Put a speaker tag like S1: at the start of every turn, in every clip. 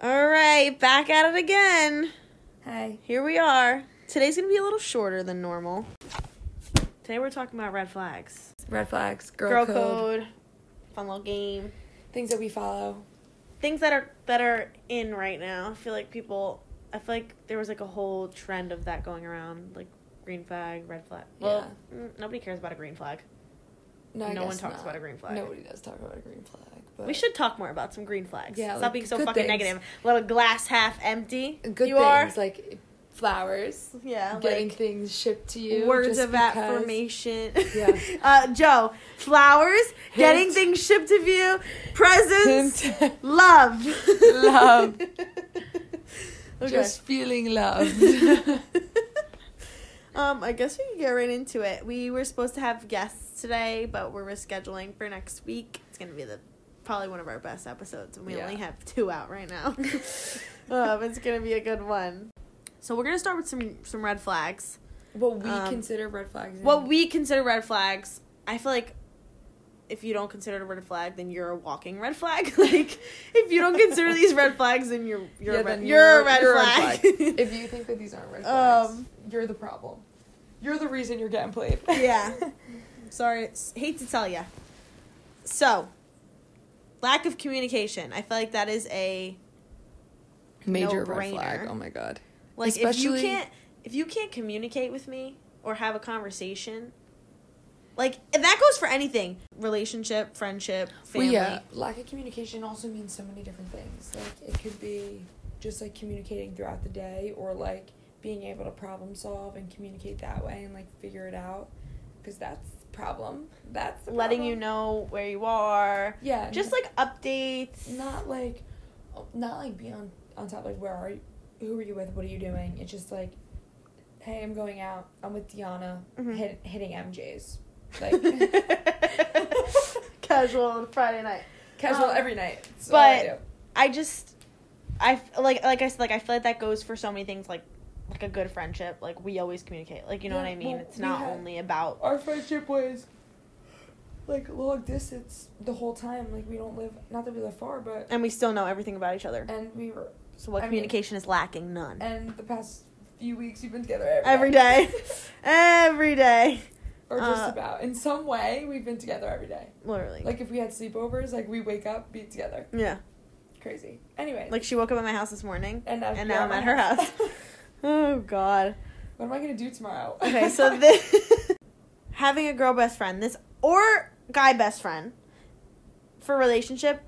S1: All right, back at it again.
S2: Hi.
S1: Here we are. Today's gonna be a little shorter than normal. Today we're talking about red flags,
S2: Red flags, girl,
S1: girl,
S2: code,
S1: code, fun little game,
S2: things that we follow.
S1: things that are that are in right now. I feel like people. I feel like there was like a whole trend of that going around, like green flag, red flag. Well, mm, nobody cares about a green flag.
S2: No, I
S1: No one
S2: guess
S1: talks
S2: not.
S1: about a green flag.
S2: Nobody does talk about a green flag. But
S1: We should talk more about some green flags.
S2: Yeah,
S1: stop
S2: like,
S1: being so
S2: good
S1: fucking
S2: things.
S1: negative. Little glass half empty.
S2: good
S1: you
S2: things
S1: are.
S2: like flowers,
S1: yeah,
S2: getting
S1: like
S2: things shipped to you.
S1: words
S2: just
S1: of
S2: because.
S1: affirmation.
S2: Yeah.
S1: uh, Joe, flowers, getting
S2: Hint.
S1: things shipped to you, presents,
S2: Hint.
S1: love,
S2: Love.
S1: okay.
S2: Just feeling loved.
S1: um, I guess we can get right into it. We were supposed to have guests today, but we're rescheduling for next week. It's gonna be the probably one of our best episodes, and we
S2: Yeah.
S1: only have two out right now. um, it's gonna be a good one. So we're gonna start with some some red flags.
S2: what we
S1: Um,
S2: consider red flags.
S1: what we consider red flags i feel like if you don't consider it a red flag then you're a walking red flag like if you don't consider these red flags then you're you're, a, red,
S2: then
S1: you're, a red
S2: you're
S1: flag,
S2: if you think that these aren't red flags,
S1: Um,
S2: you're the problem. You're the reason you're getting played.
S1: yeah sorry s- hate to tell you so lack of communication i feel like that is a
S2: Major
S1: No-brainer.
S2: red flag. Oh my god.
S1: like
S2: Especially-
S1: if you can't if you can't communicate with me or have a conversation like and that goes for anything relationship friendship
S2: Well,
S1: family
S2: yeah, lack of communication also means so many different things. Like it could be just like communicating throughout the day, or like being able to problem solve and communicate that way, and like figure it out, because that's the problem. That's the
S1: letting you
S2: problem.
S1: know where you are.
S2: Um, Yeah,
S1: Just like updates.
S2: not like, not like being on on top. Like where are you? Who are you with? What are you doing? It's just like, hey, I'm going out. I'm with Deanna.
S1: Mhm.
S2: Hit, hitting MJ's. Like
S1: like casual on Friday night.
S2: casual
S1: Um,
S2: every night. That's all I
S1: but-
S2: do.
S1: I just I f- like like I said like I feel like that goes for so many things like like a good friendship. Like we always communicate. Like you know
S2: Yeah,
S1: what I mean?
S2: well,
S1: it's not
S2: we had-
S1: only about
S2: our friendship was like long distance the whole time. Like we don't live not that we live far, but
S1: and we still know everything about each other.
S2: and we were
S1: So what
S2: I mean-
S1: communication is lacking? None.
S2: and the past few weeks we've been together
S1: Every day. Every day.
S2: or just
S1: Uh,
S2: about in some way we've been together every day.
S1: Literally.
S2: Like if we had sleepovers, like we wake up be together.
S1: yeah.
S2: Crazy. Anyway,
S1: Like she woke up at my house this morning.
S2: and now,
S1: and now
S2: you're
S1: I'm at her house. Oh god.
S2: what am I gonna do tomorrow?
S1: Okay, so this having a girl best friend, this or guy best friend for relationship,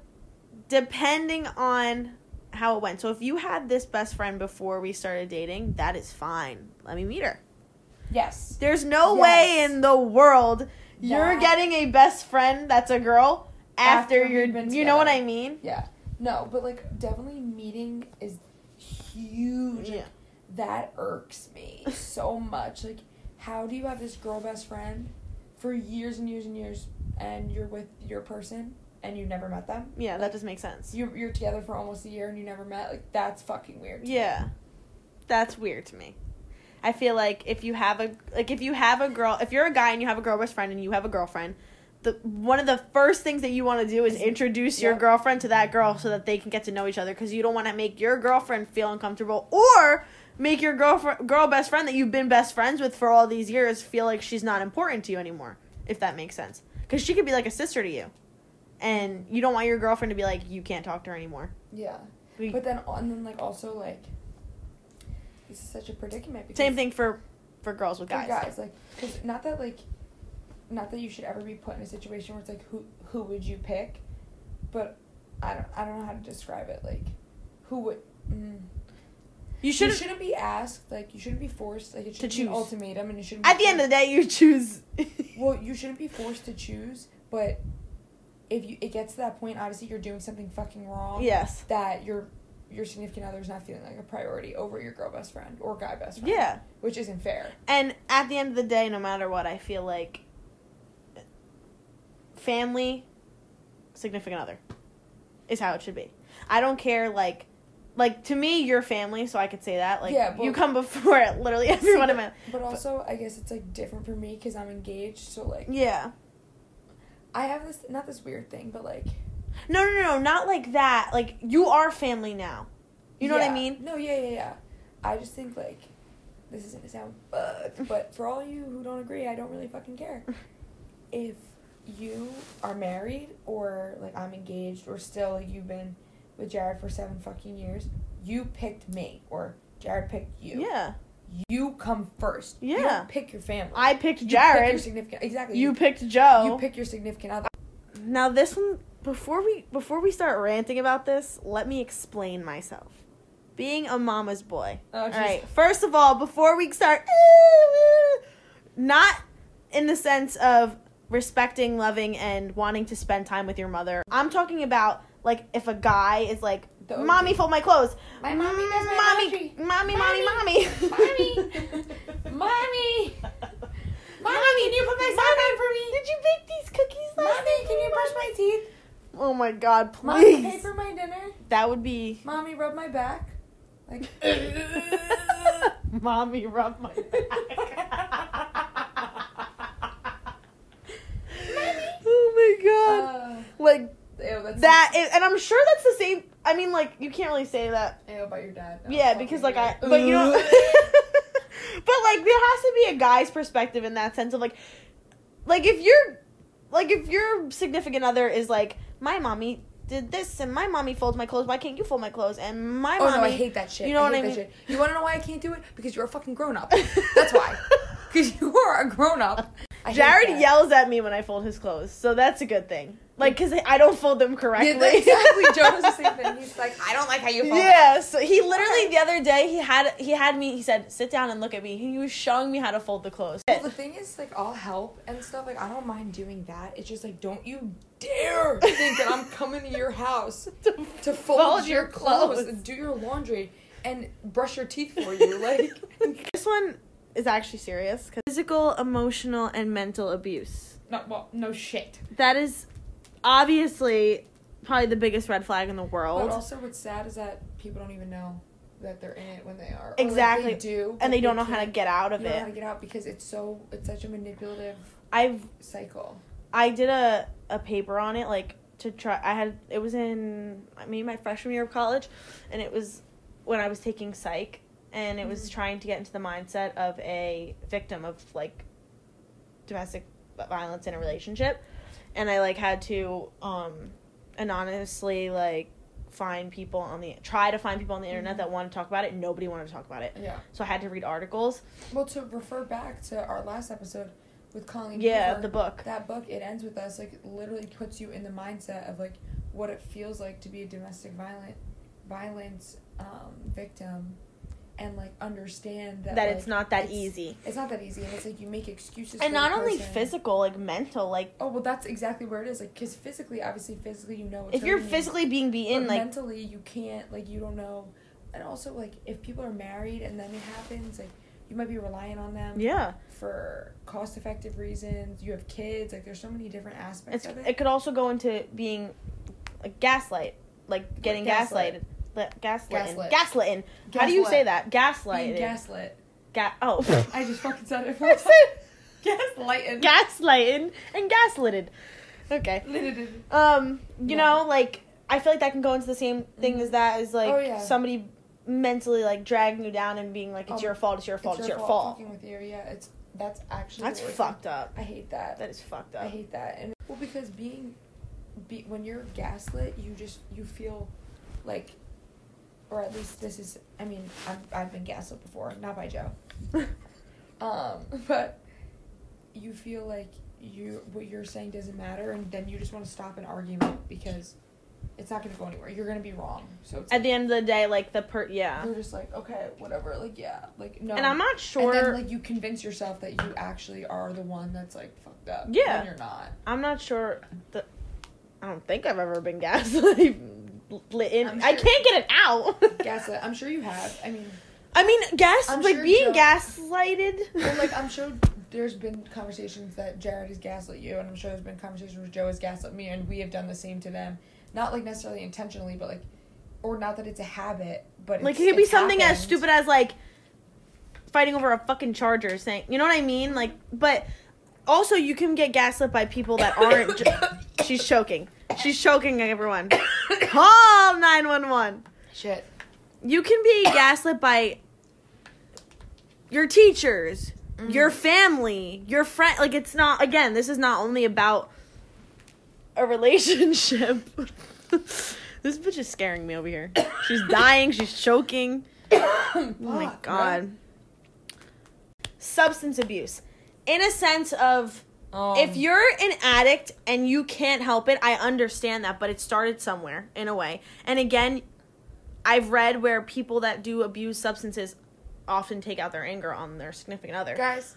S1: depending on how it went. So if you had this best friend before we started dating, that is fine. Let me meet her.
S2: yes.
S1: There's no
S2: Yes.
S1: way in the world you're
S2: That-
S1: getting a best friend that's a girl after,
S2: After we've
S1: you're
S2: been
S1: you know what I
S2: together.
S1: mean?
S2: Yeah. No, but like definitely meeting is huge. Like,
S1: Yeah.
S2: That irks me so much. Like, how do you have this girl best friend for years and years and years, and you're with your person and you never met them?
S1: Yeah, that does make sense.
S2: You you're together for almost a year and you never met. Like that's fucking weird.
S1: Yeah. That's weird to me. I feel like if you have a like if you have a girl if you're a guy and you have a girl best friend and you have a girlfriend, the one of the first things that you want to do is
S2: Is-
S1: introduce your
S2: yep.
S1: girlfriend to that girl so that they can get to know each other cuz you don't want to make your girlfriend feel uncomfortable or make your girlfriend girl best friend that you've been best friends with for all these years feel like she's not important to you anymore, if that makes sense. Cuz she could be like a sister to you. And you don't want your girlfriend to be like you can't talk to her anymore.
S2: Yeah.
S1: We-
S2: But then oh, and then like also like, this is such a predicament. Because
S1: Same thing for for girls with
S2: for
S1: guys.
S2: guys like 'cause not that like not that you should ever be put in a situation where it's like who who would you pick but i don't i don't know how to describe it like who would mm.
S1: You
S2: you, should,
S1: should.
S2: not be asked like you shouldn't be forced like it should be
S1: choose.
S2: an ultimatum and you shouldn't be
S1: At the end of the day, you choose.
S2: well you shouldn't be forced to choose but if you it gets to that point obviously you're doing something fucking wrong
S1: yes.
S2: that your your significant other is not feeling like a priority over your girl best friend or guy best friend
S1: Yeah.
S2: which isn't fair
S1: And at the end of the day, no matter what, I feel like family, significant other, is how it should be. I don't care like. Like to me, your family, so I could say that. Like
S2: Yeah, but-
S1: you come before literally everyone in my
S2: But also, I guess it's like different for me because I'm engaged. So like,
S1: yeah.
S2: I have this not this weird thing, but like,
S1: No, no, no, not like that. Like you are family now. You know what I
S2: Yeah.
S1: mean?
S2: No, yeah, yeah, yeah. I just think like this isn't gonna sound fucked, but for all you who don't agree, I don't really fucking care. If you are married or like I'm engaged or still like, you've been with Jared for seven fucking years, you picked me or Jared picked you.
S1: Yeah.
S2: You come first. You
S1: Yeah.
S2: don't pick your family.
S1: I picked
S2: You pick your
S1: Jared.
S2: significant exactly.
S1: You picked Joe.
S2: you pick your significant other.
S1: Now this one before we before we start ranting about this, let me explain myself. Being a mama's boy.
S2: Oh,
S1: all
S2: she's-
S1: right. First of all, before we start "Ooh, ooh," not in the sense of respecting, loving and wanting to spend time with your mother. I'm talking about like if a guy is like,
S2: The OG.
S1: "Mommy fold my clothes."
S2: My mommy does my laundry.
S1: mommy, mommy, mommy,
S2: Mommy. Mommy.
S1: Mommy, can you put my sock on for me? Did you bake these cookies last
S2: Mommy,
S1: night?
S2: can you brush my teeth?
S1: Oh my god,
S2: Mommy,
S1: please.
S2: pay for my dinner.
S1: That would be
S2: Mommy, rub my back. Like, uh,
S1: Mommy rub my Oh my god.
S2: uh,
S1: like
S2: ew, that's
S1: that is and I'm sure that's the same I mean like you can't really say that.
S2: Ew, about your dad. No,
S1: yeah,
S2: fuck
S1: because
S2: your
S1: like I
S2: dad.
S1: but you know But like there has to be a guy's perspective in that sense of like like if you're like if your significant other is like my mommy did this and my mommy folds my clothes why can't you fold my clothes and my
S2: Oh
S1: mommy
S2: no, I hate that shit.
S1: You know what
S2: hate
S1: I
S2: that
S1: mean?
S2: shit. You want to know why I can't do it? Because you're a fucking grown up. That's why. Because you are a grown up. I hate
S1: Jared
S2: that.
S1: yells at me when I fold his clothes, so that's a good thing. Like, cause I don't fold them correctly.
S2: Yeah, that- exactly. Joe does the same thing. He's like, I don't like how you fall.
S1: Yeah, so he literally
S2: Okay.
S1: the other day he had he had me. He said, "Sit down and look at me." He was showing me how to fold the clothes.
S2: Well, the thing is, like, I'll help and stuff. Like, I don't mind doing that. It's just like, don't you dare think that I'm coming to your house to fold, your, clothes, and do your laundry and brush your teeth for you. Like,
S1: this one is actually serious. 'cause physical, emotional, and mental abuse.
S2: no, well, no shit.
S1: That is obviously probably the biggest red flag in the
S2: But
S1: world.
S2: also, what's sad is that people don't even know that they're in it when they are. Or, like,
S1: Exactly.
S2: they do, but
S1: and they don't know how to
S2: can't-
S1: get out of
S2: they don't know
S1: it.
S2: how to get out because it's so it's such a manipulative
S1: I've
S2: cycle.
S1: I did a, a paper on it, like to try. I had it was in I mean my freshman year of college, and it was when I was taking psych, and it was
S2: Mhm.
S1: trying to get into the mindset of a victim of like domestic violence in a relationship, and I like had to um anonymously like find people on the try to find people on the internet
S2: Mhm.
S1: that want to talk about it. Nobody wanted to talk about it,
S2: Yeah.
S1: so I had to read articles.
S2: Well, to refer back to our last episode with Colleen.
S1: Yeah,
S2: Hoover,
S1: the book.
S2: that book it ends with us like literally puts you in the mindset of like what it feels like to be a domestic violent violence um, victim and like understand that
S1: That
S2: like,
S1: it's not that
S2: it's-
S1: easy,
S2: it's not that easy and it's like you make excuses
S1: and
S2: for the
S1: not only
S2: person.
S1: physical, like mental, like.
S2: oh well that's exactly where it is like because physically obviously physically you know it's
S1: if you're
S2: hurting you,
S1: physically being
S2: but
S1: beaten, like
S2: mentally you can't like you don't know and also like if people are married and then it happens like you might be relying on them
S1: yeah,
S2: for cost effective reasons you have kids like there's so many different aspects
S1: it's
S2: of
S1: it could also go into being like gaslight, like getting gaslighted,
S2: gaslight.
S1: Li- gaslighting,
S2: Gaslit.
S1: gaslighting. How do you say that?
S2: Being
S1: Gaslighting.
S2: gaslit.
S1: Ga- oh,
S2: I just fucking said it.
S1: I said
S2: Gaslighted.
S1: gaslighting and gaslighted. Okay.
S2: Gaslighted.
S1: Um, you
S2: Yeah.
S1: know, like I feel like that can go into the same thing as that is like
S2: Oh, yeah.
S1: somebody mentally like dragging you down and being like it's
S2: Oh,
S1: your fault, it's your fault, it's your, fault.
S2: Fucking with you. Yeah, it's that's actually.
S1: That's
S2: the worst
S1: fucked up.
S2: thing. I hate that.
S1: That is fucked
S2: I
S1: up.
S2: hate that. And well, because being, be, when you're gaslit, you just you feel, like, or at least this is. I mean, I've I've been gaslit before, not by Joe. Um, but you feel like you what you're saying doesn't matter, and then you just want to stop an argument because it's not going to go anywhere. You're going to be wrong. So it's
S1: At the end of the day, like the per yeah.
S2: you're just like, okay, whatever. Like, yeah, like no.
S1: And I'm not sure.
S2: And then like you convince yourself that you actually are the one that's like fucked up.
S1: Yeah.
S2: when you're not.
S1: I'm not sure. The, I don't think I've ever been gaslit. Lit in.
S2: I'm
S1: I
S2: sure-
S1: can't get it out.
S2: Gaslit. I'm sure you have. I mean,
S1: I mean, gas
S2: I'm
S1: like
S2: sure
S1: being
S2: Joe-
S1: gaslighted.
S2: well, like I'm sure there's been conversations that Jared has gaslit you, and I'm sure there's been conversations where Joe has gaslit me, and we have done the same to them. Not like necessarily intentionally, but like, or not that it's a habit, but
S1: like it
S2: it's-
S1: could be
S2: it's
S1: something as
S2: happened.
S1: stupid as like fighting over a fucking charger, saying you know what I mean. Like, but also you can get gaslit by people that aren't. ju- She's choking. She's choking everyone. Call nine one one.
S2: Shit.
S1: you can be gaslit by your teachers, your family, your friend. Like it's not again. This is not only about a relationship. this bitch is scaring me over here. She's dying. she's choking. Oh my
S2: Fuck,
S1: god.
S2: right?
S1: Substance abuse, in a sense of
S2: Um,
S1: if you're an addict and you can't help it, I understand that, but it started somewhere in a way. And again, I've read where people that do abuse substances often take out their anger on their significant other.
S2: guys,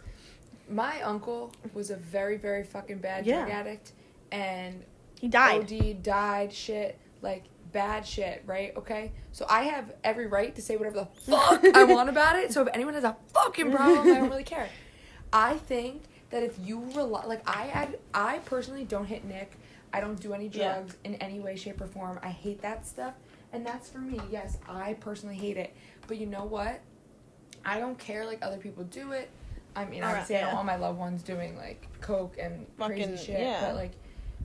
S2: my uncle was a very very fucking bad drug
S1: Yeah.
S2: addict, and
S1: He died.
S2: OD died shit like bad shit, right? Okay, so I have every right to say whatever the fuck I want about it. So if anyone has a fucking problem, I don't really care. I think that if you rely, like I had, I personally don't hit Nick. I don't do any
S1: Yeah.
S2: drugs in any way, shape, or form. I hate that stuff, and that's for me. Yes, I personally hate it, but you know what? I don't care like other people do it. I mean,
S1: Alright,
S2: obviously, I don't
S1: yeah.
S2: want my loved ones doing like coke and
S1: Fucking-
S2: crazy shit.
S1: yeah.
S2: But like,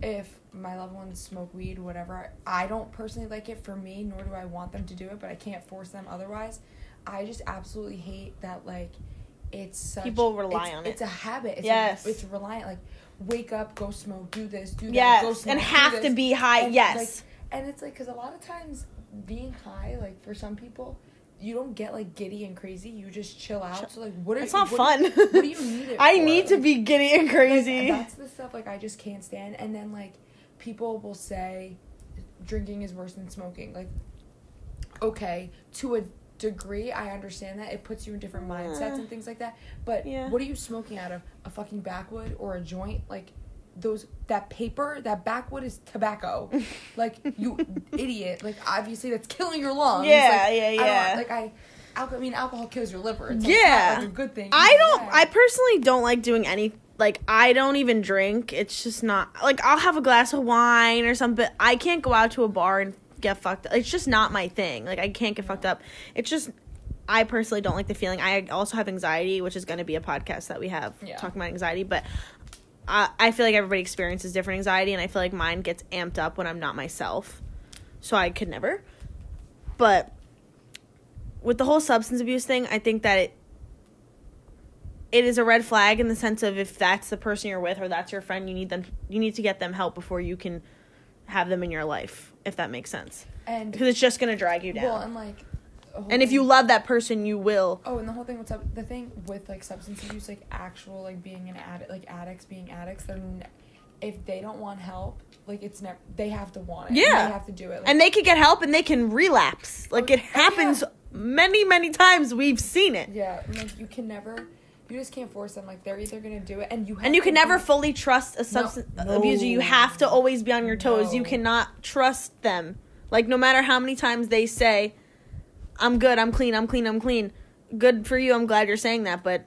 S2: if my loved ones smoke weed, whatever, I don't personally like it for me, nor do I want them to do it. But I can't force them otherwise. I just absolutely hate that like it's such
S1: People rely
S2: it's-
S1: on it.
S2: It's a habit. It's
S1: Yes.
S2: a, it's reliant. Like wake up, go smoke, do this, do that, go
S1: yes,
S2: smoke,
S1: and
S2: do
S1: have to
S2: this.
S1: be high.
S2: And,
S1: yes.
S2: like, and it's like because a lot of times being high, like for some people, you don't get like giddy and crazy. You just chill out. So like, what are
S1: it's not
S2: what-
S1: fun.
S2: What do you need it?
S1: I
S2: for?
S1: need to
S2: Like,
S1: be giddy and crazy.
S2: like, that's the stuff like I just can't stand. And then like people will say drinking is worse than smoking. Like okay, to a degree I understand that. It puts you in different mindsets and things like that. But
S1: Yeah.
S2: what are you smoking out of? A fucking backwood or a joint? Like those that paper, that backwood is tobacco. like you idiot. Like obviously that's killing your lungs.
S1: Yeah,
S2: Like,
S1: yeah,
S2: I don't-
S1: yeah.
S2: like I alco- I mean, alcohol kills your liver. It's
S1: Yeah.
S2: yeah, like a good thing.
S1: I
S2: either
S1: don't.
S2: way.
S1: I personally don't like doing any. Like I don't even drink. It's just not like I'll have a glass of wine or something. I can't go out to a bar and get fucked. up. It's just not my thing. Like I can't get fucked up. It's just I personally don't like the feeling. I also have anxiety, which is going to be a podcast that we have
S2: Yeah.
S1: talking about anxiety. But I, I feel like everybody experiences different anxiety, and I feel like mine gets amped up when I'm not myself. So I could never. But with the whole substance abuse thing, I think that it it is a red flag in the sense of if that's the person you're with or that's your friend, you need them you need to get them help before you can have them in your life, if that makes sense.
S2: and
S1: Because it's just gonna drag you down.
S2: Well, and like, the whole
S1: and if
S2: thing-
S1: you love that person, you will.
S2: oh, and the whole thing, what's up? The thing with like substance abuse, like actual like being an addict, like addicts being addicts, they're ne- if they don't want help, like it's never they have to want it. and
S1: Yeah.
S2: they have to do it. Like,
S1: And they could get help and they can relapse. Like it
S2: yeah.
S1: happens many, many times. We've seen it.
S2: yeah, and, like you can never, you just can't force them. Like they're either gonna do it, and you have
S1: And you
S2: to
S1: can never
S2: be-
S1: fully trust a substance
S2: No.
S1: abuser. You have to always be on your toes. You
S2: No.
S1: cannot trust them. Like no matter how many times they say, "I'm good, I'm clean, I'm clean, I'm clean." Good for you. I'm glad you're saying that, but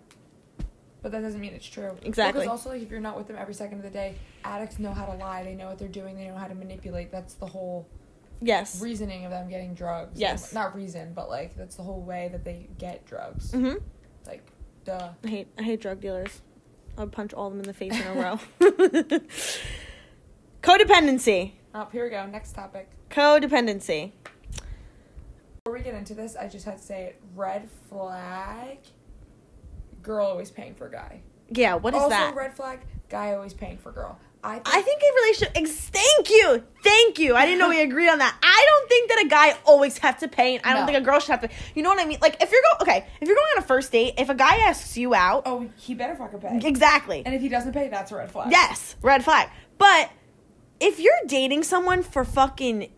S2: But that doesn't mean it's true.
S1: Exactly.
S2: Because also, like, if you're not with them every second of the day, addicts know how to lie. They know what they're doing. They know how to manipulate. That's the whole
S1: yes.
S2: reasoning of them getting drugs.
S1: Yes.
S2: Not reason, but like that's the whole way that they get drugs.
S1: Mhm.
S2: Like, duh.
S1: I hate I hate drug dealers. I would punch all of them in the face in a row. Codependency.
S2: Oh, here we go. Next topic.
S1: Codependency.
S2: Before we get into this, I just had to say it. Red flag. Girl always paying for guy.
S1: Yeah, what is
S2: also,
S1: that?
S2: red flag. Guy always paying for girl. I think,
S1: I think a relationship. Ex- thank you, thank you. I didn't know we agreed on that. I don't think that a guy always have to pay, and I don't
S2: No.
S1: think a girl should have to. You know what I mean? Like if you're going, okay, if you're going on a first date, if a guy asks you out,
S2: Oh, he better fucking pay.
S1: exactly.
S2: and if he doesn't pay, that's a red flag.
S1: Yes, red flag. But if you're dating someone for fucking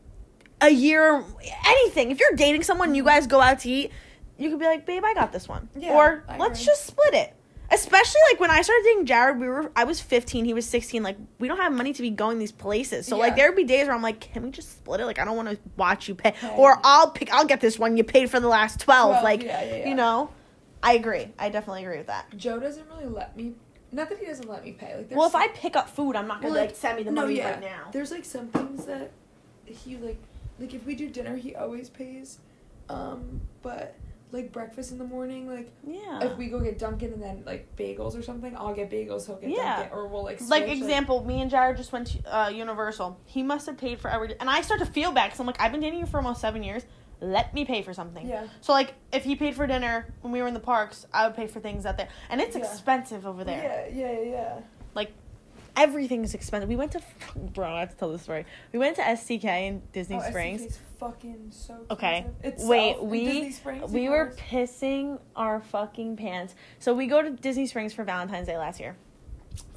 S1: a year, anything, if you're dating someone, you guys go out to eat, you could be like, babe, I got this one.
S2: Yeah,
S1: or
S2: I
S1: let's
S2: agree.
S1: just split it. Especially like when I started dating Jared, we were I was 15, he was 16. Like we don't have money to be going these places, so like
S2: Yeah.
S1: there would be days where I'm like, can we just split it? Like I don't want to watch you pay,
S2: Pay.
S1: or I'll pick, I'll get this one. You paid for the last 12.
S2: Twelve,
S1: like
S2: yeah, yeah,
S1: you
S2: yeah.
S1: know, I agree. I definitely agree with that.
S2: Joe doesn't really let me. Not that he doesn't let me pay. Like, there's
S1: Well, if I pick up food, I'm not gonna
S2: Well,
S1: like, send me the money right now.
S2: There's like some things that he like like if we do dinner he always pays. Um, but like breakfast in the morning, like
S1: Yeah.
S2: if we go get Dunkin' and then like bagels or something, I'll get bagels, he'll get
S1: Yeah.
S2: Dunkin' or we'll like switch,
S1: like example, me and Jared just went to uh, Universal. He must have paid for every, and I start to feel bad because I'm like, I've been dating you for almost seven years. let me pay for something.
S2: Yeah.
S1: So like if he paid for dinner when we were in the parks, I would pay for things out there. And it's
S2: Yeah.
S1: expensive over there.
S2: Yeah, yeah, yeah.
S1: Everything's expensive. We went to bro, I have to tell this story. We went to SCK in Disney
S2: oh,
S1: Springs.
S2: SDK's fucking so
S1: Okay.
S2: expensive. It's
S1: Wait,
S2: South- in
S1: we-
S2: Disney Springs,
S1: We
S2: of
S1: were
S2: course.
S1: pissing our fucking pants. So we go to Disney Springs for Valentine's Day last year.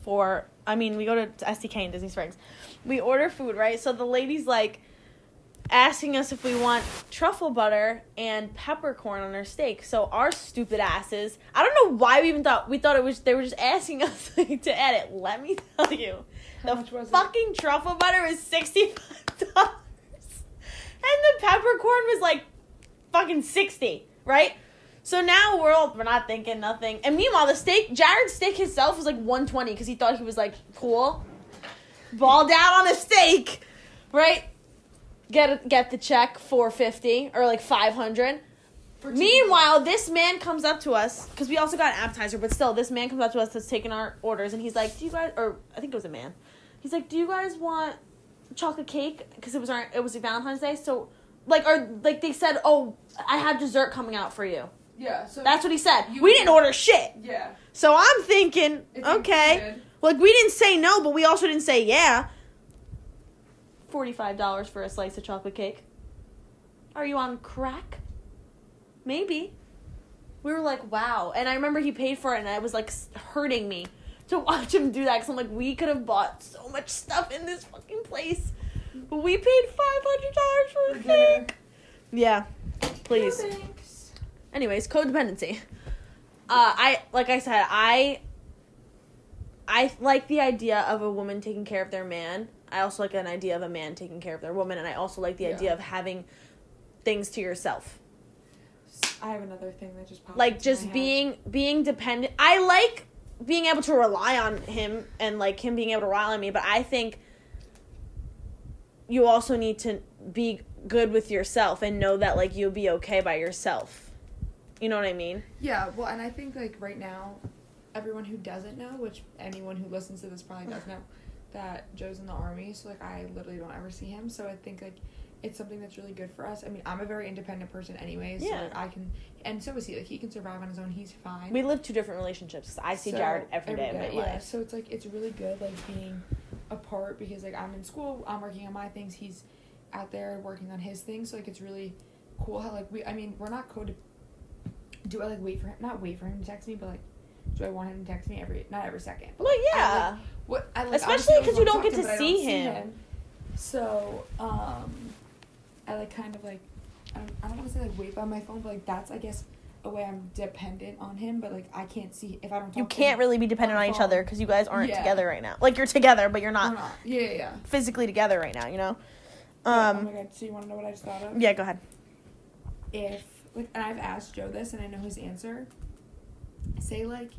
S1: For I mean, we go to SDK in Disney Springs. We order food, right? So the lady's like asking us if we want truffle butter and peppercorn on our steak. So our stupid asses, I don't know why we even thought we thought it was they were just asking us to add it. Let me tell you.
S2: How
S1: the
S2: much was it?
S1: fucking truffle butter was sixty five dollars, and the peppercorn was like fucking sixty, right? So now we're all we're not thinking nothing. And meanwhile, the steak, Jared's steak himself was like one twenty because he thought he was like cool, balled out on a steak, right? Get get the check four fifty or like five hundred.
S2: For two
S1: Meanwhile, this man comes up to us because we also got an appetizer, but still, this man comes up to us that's taking our orders, and he's like, "Do you guys?" Or I think it was a man. He's like, "Do you guys want chocolate cake?" Because it was our it was Valentine's Day, so like, or like they said, "Oh, I have dessert coming out for you."
S2: people. Yeah. So
S1: That's what he said.
S2: You-
S1: We didn't order shit,
S2: Yeah.
S1: so I'm thinking,
S2: it's
S1: okay,
S2: included.
S1: like we didn't say no, but we also didn't say yeah. Forty five dollars for a slice of chocolate cake. Are you on crack? Maybe. We were like, wow. And I remember he paid for it, and I was like s- hurting me to watch him do that because I'm like, we could have bought so much stuff in this fucking place, but we paid five hundred dollars for a
S2: For dinner.
S1: cake. Yeah. Please.
S2: No, thanks.
S1: Anyways, codependency. Uh, I like I said, I I like the idea of a woman taking care of their man. I also like an idea of a man taking care of their woman, and I also like the
S2: Yeah.
S1: idea of having things to yourself,
S2: I have another thing that just popped.
S1: like
S2: into
S1: just
S2: Oh my head.
S1: being being dependent. I like being able to rely on him and like him being able to rely on me, but I think you also need to be good with yourself and know that like you'll be okay by yourself. You know what I mean?
S2: Yeah, well, and I think like right now, everyone who doesn't know, which anyone who listens to this probably does know, that Joe's in the army, so like I literally don't ever see him. So I think like it's something that's really good for us. I mean, I'm a very independent person, anyways.
S1: Yeah.
S2: So like I can, and so is he. Like he can survive on his own. He's fine.
S1: We live two different relationships. 'cause I see
S2: So,
S1: Jared every day of my
S2: yeah.
S1: life.
S2: So it's like it's really good like being apart because like I'm in school, I'm working on my things, he's out there working on his things. So like it's really cool how like we I mean, we're not code do I like wait for him not wait for him to text me, but like do I want him to text me every not every second. But
S1: Well, yeah,
S2: what I like
S1: Especially
S2: obviously I
S1: 'cause you
S2: always
S1: don't
S2: wanna
S1: get
S2: talk
S1: to
S2: him, but I
S1: see him.
S2: So, um I like kind of like I don't, I don't want to say like wait by my phone, but like that's I guess a way I'm dependent on him, but like I can't see if I don't talk
S1: you
S2: to
S1: can't
S2: him,
S1: really be dependent
S2: on
S1: on
S2: the
S1: each
S2: phone.
S1: other because you guys aren't
S2: Yeah.
S1: together right now. Like you're together, but you're
S2: Or
S1: not
S2: not. Yeah, yeah, yeah.
S1: physically together right now. You know?
S2: oh my
S1: Um.
S2: god! So you want to know what I just thought of?
S1: Yeah. Go ahead.
S2: If like, and I've asked Joe this, and I know his answer. Say like,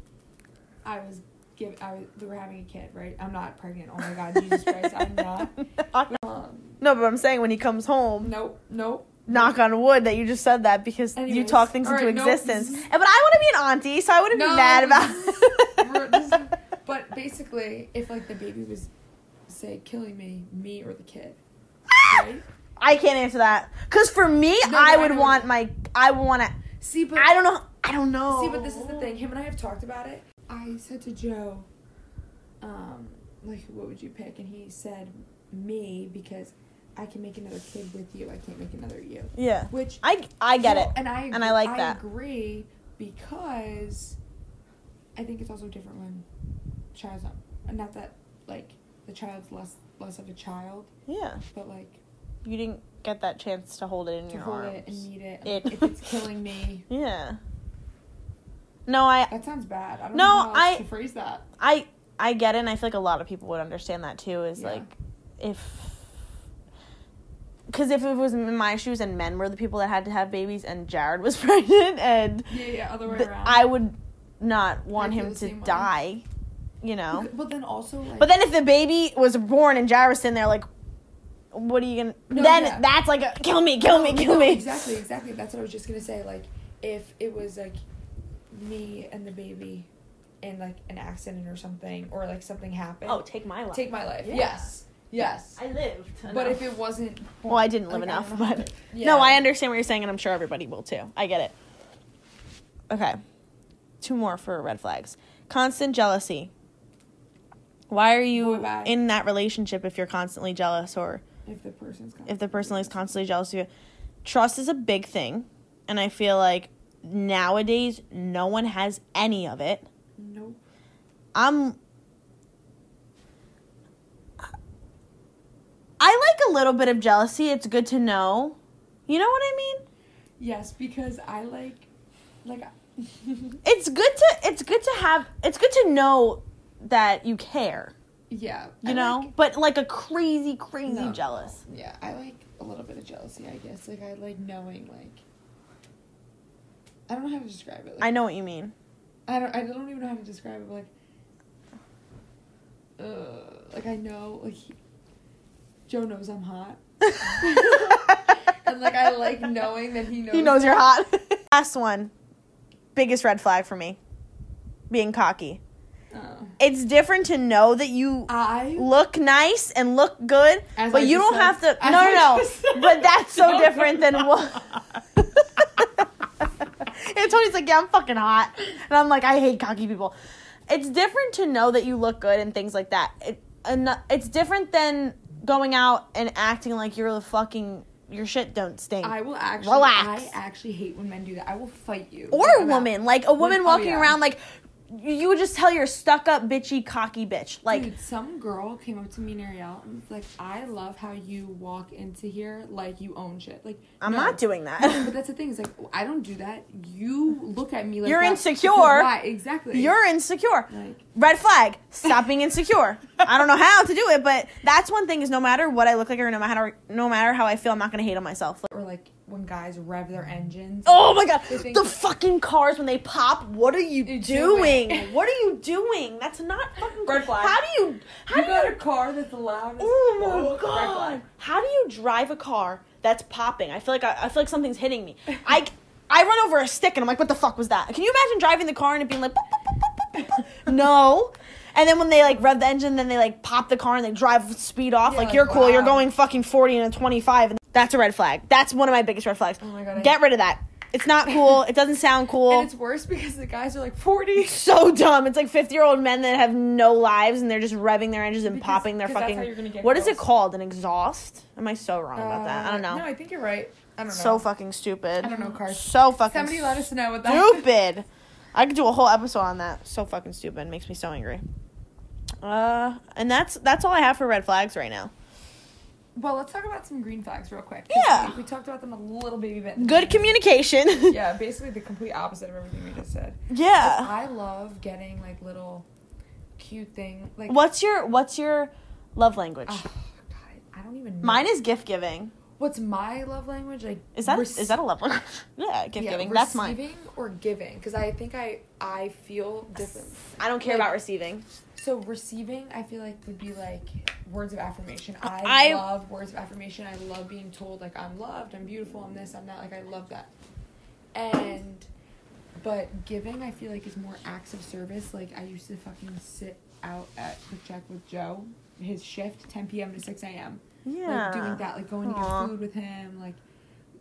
S2: I was give I was, we were having a kid, right? I'm not pregnant. Oh my god, Jesus Christ, I'm not. Um,
S1: No, but I'm saying when he comes home,
S2: nope, nope.
S1: knock on wood that you just said that because you
S2: Anyways,
S1: talk things
S2: all
S1: into
S2: right, nope.
S1: existence. And, but I want to be an auntie, so I wouldn't be
S2: No,
S1: mad
S2: We're- this
S1: about.
S2: is- but basically, if like the baby was, say, killing me, me or the kid, right?
S1: Ah! I can't answer that because for me,
S2: No,
S1: I
S2: but I
S1: would
S2: know-
S1: want my. I would want to.
S2: See, but
S1: I don't know. I don't know.
S2: See, but this is the thing. Him and I have talked about it. I said to Joe, um, like, what would you pick? And he said, me, because I can make another kid with you. I can't make another you.
S1: Yeah.
S2: Which
S1: I I get
S2: Well,
S1: it.
S2: and I
S1: and I like that.
S2: agree because I think it's also different when child's not, not that like the child's less less of a child,
S1: Yeah.
S2: but like
S1: you didn't get that chance to hold it in
S2: to
S1: your
S2: hold
S1: arms.
S2: it and need it.
S1: It-
S2: Like, if it's killing me,
S1: yeah. No, I
S2: that sounds bad. I don't
S1: No,
S2: know how else
S1: I-
S2: to phrase that.
S1: I I get it and I feel like a lot of people would understand that too is
S2: Yeah.
S1: like if cuz if it was in my shoes and men were the people that had to have babies and Jared was pregnant and
S2: Yeah, yeah, other way
S1: th-
S2: around.
S1: I would not want
S2: I feel
S1: him
S2: the
S1: to
S2: same way.
S1: die, you know.
S2: Bec- But then also, like,
S1: But then if the baby was born and Jared was sitting there like what are you going to
S2: No,
S1: then
S2: yeah.
S1: that's like a, kill me, kill me,
S2: No,
S1: kill
S2: Oh, no,
S1: me.
S2: Exactly, exactly. That's what I was just gonna say. Like, if it was like me and the baby in like an accident or something, or like something happened,
S1: Oh, take my life.
S2: take my life.
S1: Yeah.
S2: Yes, Yes.
S1: I lived.
S2: But if it wasn't.
S1: well, I didn't live
S2: like, I
S1: enough,
S2: don't know.
S1: but
S2: Yeah.
S1: no, I understand what you're saying, and I'm sure everybody will too. I get it. Okay, two more for red flags. Constant jealousy. Why are you
S2: Boy, bye.
S1: in that relationship if you're constantly jealous or
S2: If the person's. Gone.
S1: if the person is constantly jealous of you. Trust is a big thing, and I feel like nowadays no one has any of it.
S2: Nope.
S1: I'm I like a little bit of jealousy. It's good to know. You know what I mean?
S2: Yes, because I like. Like.
S1: It's good to it's good to have it's good to know that you care,
S2: yeah.
S1: you
S2: I
S1: know?
S2: like-
S1: but like a crazy crazy
S2: No.
S1: jealous.
S2: Yeah, I like a little bit of jealousy, I guess. Like I like knowing like I don't know how to describe it. Like,
S1: I know what you mean.
S2: I don't I don't even know how to describe it, but like uh, like I know like he- Joe knows I'm hot. And like I like knowing that he knows
S1: He knows you're hot. Last one. Biggest red flag for me. Being cocky.
S2: Oh.
S1: It's different to know that you
S2: I
S1: look nice and look good,
S2: As
S1: but
S2: I
S1: you
S2: just
S1: don't
S2: said-
S1: have to.
S2: as
S1: No,
S2: I
S1: no,
S2: just said.
S1: no. But that's so
S2: No,
S1: different than
S2: no.
S1: what. and Tony's like, yeah, I'm fucking hot, and I'm like, I hate cocky people. It's different to know that you look good and things like that. It, and it's different than going out and acting like you're the fucking your shit don't stink.
S2: I will actually
S1: Relax.
S2: I actually hate when men do that. I will fight you.
S1: or
S2: Like,
S1: a
S2: I'm out.
S1: woman, like a woman
S2: Oh,
S1: walking
S2: yeah.
S1: around like. You would just tell you're stuck up, bitchy, cocky bitch. Like,
S2: Dude, some girl came up to me and Ariel and was like, I love how you walk into here like you own shit. Like
S1: I'm
S2: no.
S1: not doing that.
S2: No, but that's the thing. It's like I don't do that. You look at me like
S1: You're
S2: that
S1: insecure.
S2: because Why exactly?
S1: You're insecure.
S2: like
S1: Red flag. Stop being insecure. I don't know how to do it, but that's one thing is no matter what I look like or no matter no matter how I feel, I'm not gonna hate on myself. Like,
S2: or like when guys rev their engines.
S1: oh my god,
S2: They think-
S1: the fucking cars when they pop. What are you
S2: You're
S1: doing?
S2: doing-
S1: What are you doing? That's not fucking
S2: Red flag.
S1: How do you? How
S2: you
S1: do
S2: got
S1: you?
S2: a car that's loud. As
S1: Oh my
S2: fuck. Red
S1: god!
S2: flag.
S1: How do you drive a car that's popping? I feel like I, I feel like something's hitting me. I I run over a stick and I'm like, what the fuck was that? Can you imagine driving the car and it being like, "Boop, boop, boop, boop, boop, boop"? no. And then when they like rev the engine, then they like pop the car and they drive with speed off.
S2: Yeah,
S1: like
S2: like,
S1: you're cool, you're
S2: wow.
S1: going fucking forty and a twenty five, and that's a red flag. That's one of my biggest red flags.
S2: Oh my god. I-
S1: Get rid of that. It's not cool. it doesn't sound cool.
S2: And it's worse because the guys are like forty.
S1: so dumb. It's like 50 year old men that have no lives and they're just revving their engines and
S2: Because-
S1: popping their
S2: because that's
S1: fucking.
S2: how you're gonna get
S1: What is it
S2: girls.
S1: called? An exhaust? Am I so wrong about that? I don't
S2: Uh,
S1: know.
S2: No, I think you're right. I don't know.
S1: so fucking stupid.
S2: I don't know, cars.
S1: So fucking
S2: Somebody let us know what that.
S1: stupid. I could do a whole episode on that. So fucking stupid. Makes me so angry. Uh, and that's that's all I have for red flags right now.
S2: Well, let's talk about some green flags real quick. 'cause
S1: Yeah.
S2: We, we talked about them a little baby bit. in the
S1: Good
S2: beginning.
S1: communication.
S2: Yeah, basically the complete opposite of everything we just said.
S1: yeah.
S2: I love getting like little cute thing like
S1: What's your what's your love language?
S2: Oh, God, I don't even know.
S1: Mine is gift giving.
S2: What's my love language? Like
S1: Is that is
S2: rec-
S1: that a love language? yeah, gift
S2: yeah,
S1: giving. That's mine.
S2: Receiving or giving? Because I think I I feel different.
S1: I don't care
S2: Like-
S1: about receiving.
S2: So receiving, I feel like would be like words of affirmation. I,
S1: I-
S2: love words of affirmation. I love being told like I'm loved, I'm beautiful, I'm this, I'm that. Like I love that. And but giving, I feel like is more acts of service. Like I used to fucking sit out at Quick Check with Joe, his shift, 10 p.m. to 6 a.m.
S1: Yeah.
S2: like doing that, like going to
S1: Aw.
S2: get food with him, like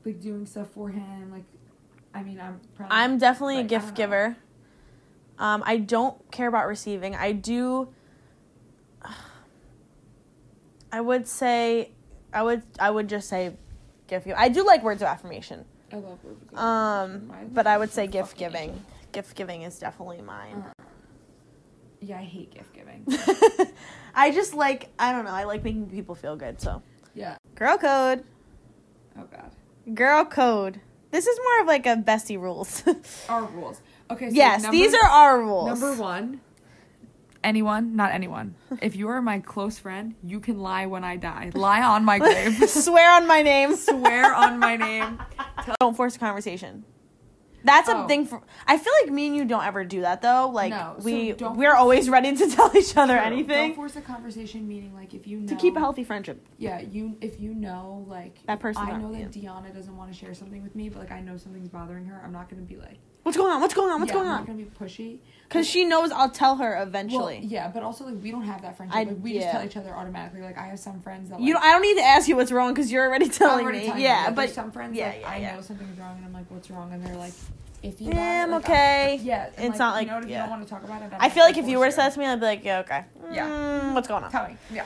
S2: like doing stuff for him, like I mean I'm probably
S1: I'm definitely
S2: like,
S1: a
S2: I
S1: gift
S2: don't know.
S1: giver. Um, I don't care about receiving. I do. I would say, I would, I would just say, gift giving. I do like words of affirmation.
S2: I love words of affirmation.
S1: Um,
S2: My
S1: but I would
S2: language
S1: say
S2: is
S1: gift
S2: fucking
S1: giving. Gift giving is definitely mine.
S2: Uh. Yeah, I hate gift giving.
S1: I just like, I don't know. I like making people feel good. So,
S2: Yeah.
S1: girl code,
S2: Oh god.
S1: girl code. This is more of like a bestie rules.
S2: Our rules. Okay. So
S1: yes,
S2: number-
S1: these are our rules.
S2: number one. Anyone, not anyone. If you are my close friend, you can lie when I die. Lie on my grave.
S1: Swear on my name.
S2: Swear on my name.
S1: Don't force a conversation. That's a
S2: Oh.
S1: thing for. I feel like me and you don't ever do that though. Like
S2: No, so
S1: we
S2: don't
S1: we're always ready to tell each other
S2: True.
S1: anything
S2: Don't force a conversation. Meaning, like if you know
S1: to keep a healthy friendship.
S2: Yeah, you if you know like
S1: That person's
S2: I
S1: not-
S2: know that Deanna doesn't want to share something with me, but like I know something's bothering her. I'm not gonna be like
S1: What's going on? What's going on? What's
S2: yeah,
S1: going
S2: I'm
S1: on?
S2: not gonna be pushy.
S1: Because she knows I'll tell her eventually.
S2: Well, yeah, but also like we don't have that friendship.
S1: I-
S2: like, we
S1: yeah.
S2: just tell each other automatically. Like I have some friends that like,
S1: you don't, I don't need to ask you what's wrong because you're already
S2: I'm
S1: telling
S2: already
S1: me.
S2: telling you,
S1: yeah,
S2: like, there's
S1: but
S2: some friends
S1: yeah,
S2: like
S1: yeah,
S2: I
S1: yeah.
S2: know something's wrong and I'm like, what's wrong? And they're like, if you
S1: Yeah, I'm
S2: like,
S1: okay.
S2: yeah, and,
S1: It's not like-
S2: you know, what, if you
S1: yeah.
S2: don't want to talk about it. I'm
S1: I
S2: not
S1: feel like
S2: gonna
S1: if you
S2: force
S1: were to say that to me, I'd be like, yeah, okay.
S2: Yeah.
S1: Mm, what's going on?
S2: tell me, yeah,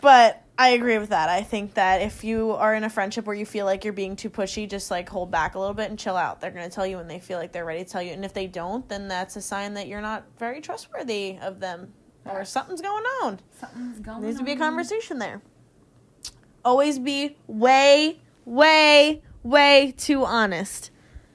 S1: But I agree with that. I think that if you are in a friendship where you feel like you're being too pushy, just like hold back a little bit and chill out. They're going to tell you when they feel like they're ready to tell you. And if they don't, then that's a sign that you're not very trustworthy of them or
S2: Right.
S1: something's going on.
S2: something's going.
S1: There needs to be a
S2: on.
S1: conversation there. Always be way, way, way too honest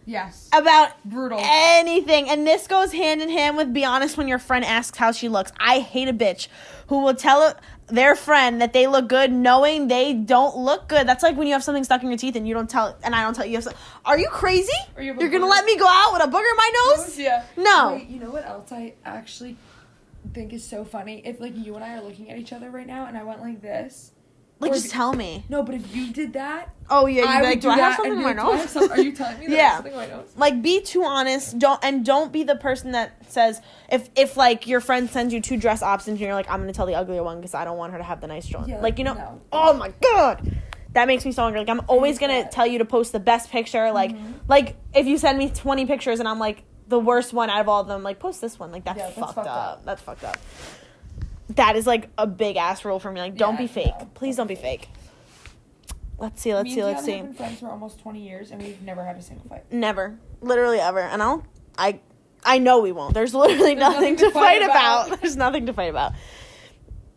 S2: Yes,
S1: about
S2: brutal.
S1: anything. And this goes hand in hand with be honest when your friend asks how she looks. I hate a bitch who will tell their friend that they look good knowing they don't look good. That's like when you have something stuck in your teeth and you don't tell and I don't tell you. you have some, Are you crazy?
S2: Or you have a
S1: You're going to
S2: booger.
S1: let me go out with a booger in my nose?
S2: Yeah.
S1: No.
S2: Wait, you know what else I actually think is so funny? If like you and I are looking at each other right now, and I went like this.
S1: Like
S2: Or
S1: just
S2: if-
S1: tell me.
S2: No, but if you did that,
S1: Oh yeah,
S2: I
S1: you'd be
S2: would
S1: like, do, I
S2: that,
S1: have
S2: and
S1: something in
S2: be
S1: my
S2: like, "Do I have
S1: nose?
S2: some- Are you telling me that I
S1: Yeah.
S2: have something in my nose?
S1: like be too honest don't and don't be the person that says if if like your friend sends you two dress options and you're like i'm gonna tell the uglier one because i don't want her to have the nice one
S2: Yeah,
S1: like you know
S2: no.
S1: oh my god that makes me so angry like i'm always
S2: hate
S1: gonna
S2: that.
S1: tell you to post the best picture like
S2: Mm-hmm.
S1: like if you send me 20 pictures and i'm like the worst one out of all of them like post this one like that's,
S2: Yeah, that's
S1: fucked,
S2: fucked
S1: up.
S2: up.
S1: that's fucked up that is like a big ass rule for me like don't
S2: Yeah,
S1: be
S2: no,
S1: fake
S2: don't
S1: please
S2: be
S1: don't be fake let's see let's
S2: Me
S1: see
S2: and
S1: let's
S2: Deanna
S1: see
S2: Have been friends for almost twenty years, and we've never had a single fight.
S1: Never. Literally ever. And I don't I I know we won't. There's literally nothing, to fight, about. There's nothing to fight about.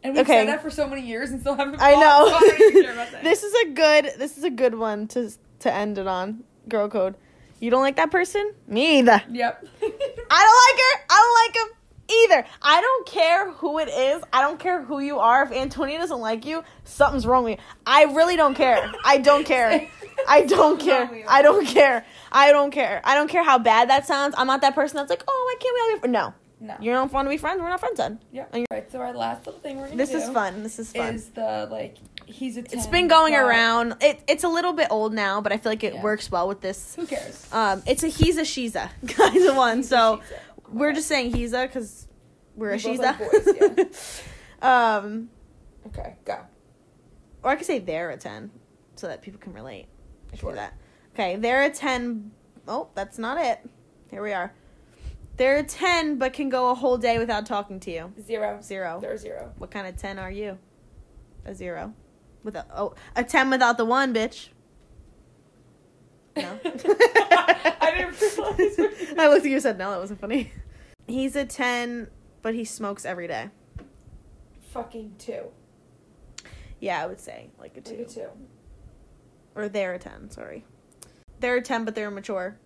S2: And we've
S1: Okay.
S2: said that for so many years, and still haven't.
S1: I
S2: fought, so I don't even care
S1: know.
S2: about that.
S1: this is a good this is a good one to to end it on. Girl code. You don't like that person? Me either.
S2: Yep.
S1: I don't like her. I don't like him either. I don't care who it is. I don't care who you are. If Antonia doesn't like you, something's wrong with you. I really don't care. I don't care. I don't
S2: Something's
S1: care.
S2: wrong with you.
S1: I don't care. I don't care. I don't care how bad that sounds. I'm not that person that's like, oh, why can't we all be friends? No.
S2: no.
S1: You don't want to be friends. We're not friends then.
S2: Yep.
S1: and
S2: All right. So our last little thing we're gonna
S1: This
S2: do
S1: is fun. This is fun.
S2: is the like he's a. 10,
S1: it's been going
S2: but
S1: around. It, it's a little bit old now, but I feel like it
S2: Yeah.
S1: works well with this.
S2: Who cares?
S1: Um, it's a he's a she's a kind of one.
S2: He's a
S1: So
S2: she's a-
S1: we're just saying he's a because we're a
S2: We
S1: she's
S2: both
S1: a.
S2: like boys,
S1: um,
S2: okay. Go.
S1: or I could say they're a ten, so that people can relate. I should
S2: Sure.
S1: do that. Okay, they're a ten. Oh, that's not it. Here we are. They're a ten, but can go a whole day without talking to you.
S2: Zero.
S1: Zero.
S2: They're zero.
S1: What kind of ten are you? A zero. With a oh a ten without the one, bitch. No.
S2: I didn't realize.
S1: I looked at you and said no, that wasn't funny. He's a ten, but he smokes every day.
S2: Fucking two.
S1: Yeah, I would say like a
S2: Like
S1: two.
S2: a two.
S1: Or they're a ten, sorry. They're a ten but they're immature.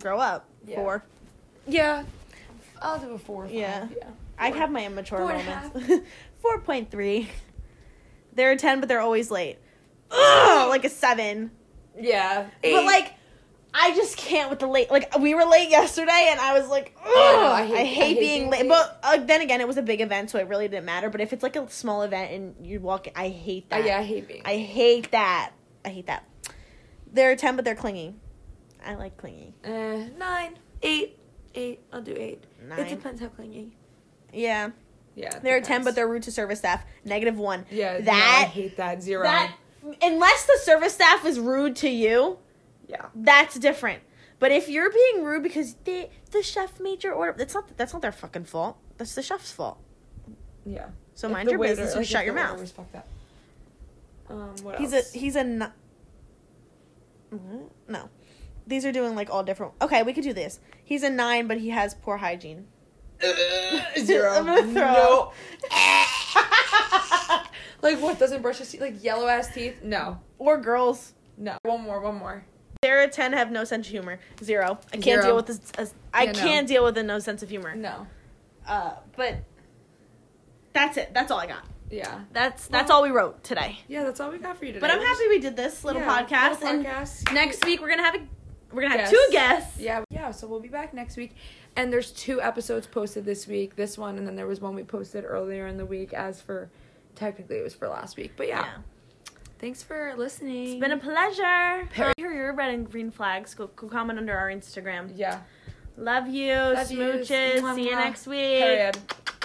S1: Grow up.
S2: Yeah.
S1: Four.
S2: Yeah. I'll do a four. or five,
S1: Yeah.
S2: Yeah.
S1: I
S2: Four.
S1: have my immature
S2: Four and a
S1: moments. Four point three. They're a ten but they're always late. Ugh, like a seven.
S2: Yeah.
S1: But like, I just can't with the late. Like we were late yesterday, and I was like, Ugh,
S2: I know,
S1: I, hate, being, late. But uh, then again, it was a big event, so it really didn't matter. But if it's like a small event and you walk, I hate
S2: Uh,
S1: that.
S2: yeah, I hate being.
S1: I hate that. I hate that. They're a ten, but they're clingy. I like clingy.
S2: Uh, nine, eight, eight. I'll do eight. It
S1: Nine.
S2: depends how clingy.
S1: Yeah,
S2: Yeah. it
S1: they're a ten, but
S2: depends.
S1: they're rude to service staff. Negative one.
S2: Yeah. no, I
S1: that
S2: hate that zero.
S1: that unless the service staff is rude to you,
S2: yeah.
S1: that's different. But if you're being rude because they, the chef made your order, that's not that's not their fucking fault. That's the chef's fault.
S2: Yeah.
S1: So
S2: If
S1: mind
S2: the
S1: your
S2: waiter-
S1: business and
S2: like, if
S1: shut
S2: the
S1: your
S2: waiter
S1: mouth.
S2: was fucked up. Um. What
S1: He's a
S2: else?
S1: he's a n- What? no. These are doing like all different. Okay, we could do this. He's a nine, but he has poor hygiene.
S2: zero.
S1: I'm gonna throw
S2: No. like what? Doesn't brush his teeth? Like yellow ass teeth? No.
S1: Or girls,
S2: No. One more. One more.
S1: they're a ten, have no sense of humor. Zero. I can't
S2: Zero.
S1: deal with this. as- I
S2: Yeah, no.
S1: can't deal with a no sense of humor.
S2: No.
S1: Uh, but that's it. That's all I got.
S2: Yeah.
S1: That's that's
S2: Well-
S1: all we wrote today.
S2: Yeah. That's all we got for you today.
S1: But I'm happy we did this little
S2: Yeah,
S1: podcast.
S2: little
S1: and
S2: podcast.
S1: next week we're gonna have a We're gonna have two
S2: Guests.
S1: guests.
S2: Yeah, yeah. So we'll be back next week, and there's two episodes posted this week. This one, and then there was one we posted earlier in the week. As for, technically, it was for last week. But yeah, thanks for listening.
S1: It's been a pleasure.
S2: Per-
S1: Here are your red and green flags. Go, go comment under our Instagram.
S2: yeah.
S1: Love you.
S2: you.
S1: Smooches.
S2: Mwah,
S1: See you
S2: mwah.
S1: next week.
S2: Period.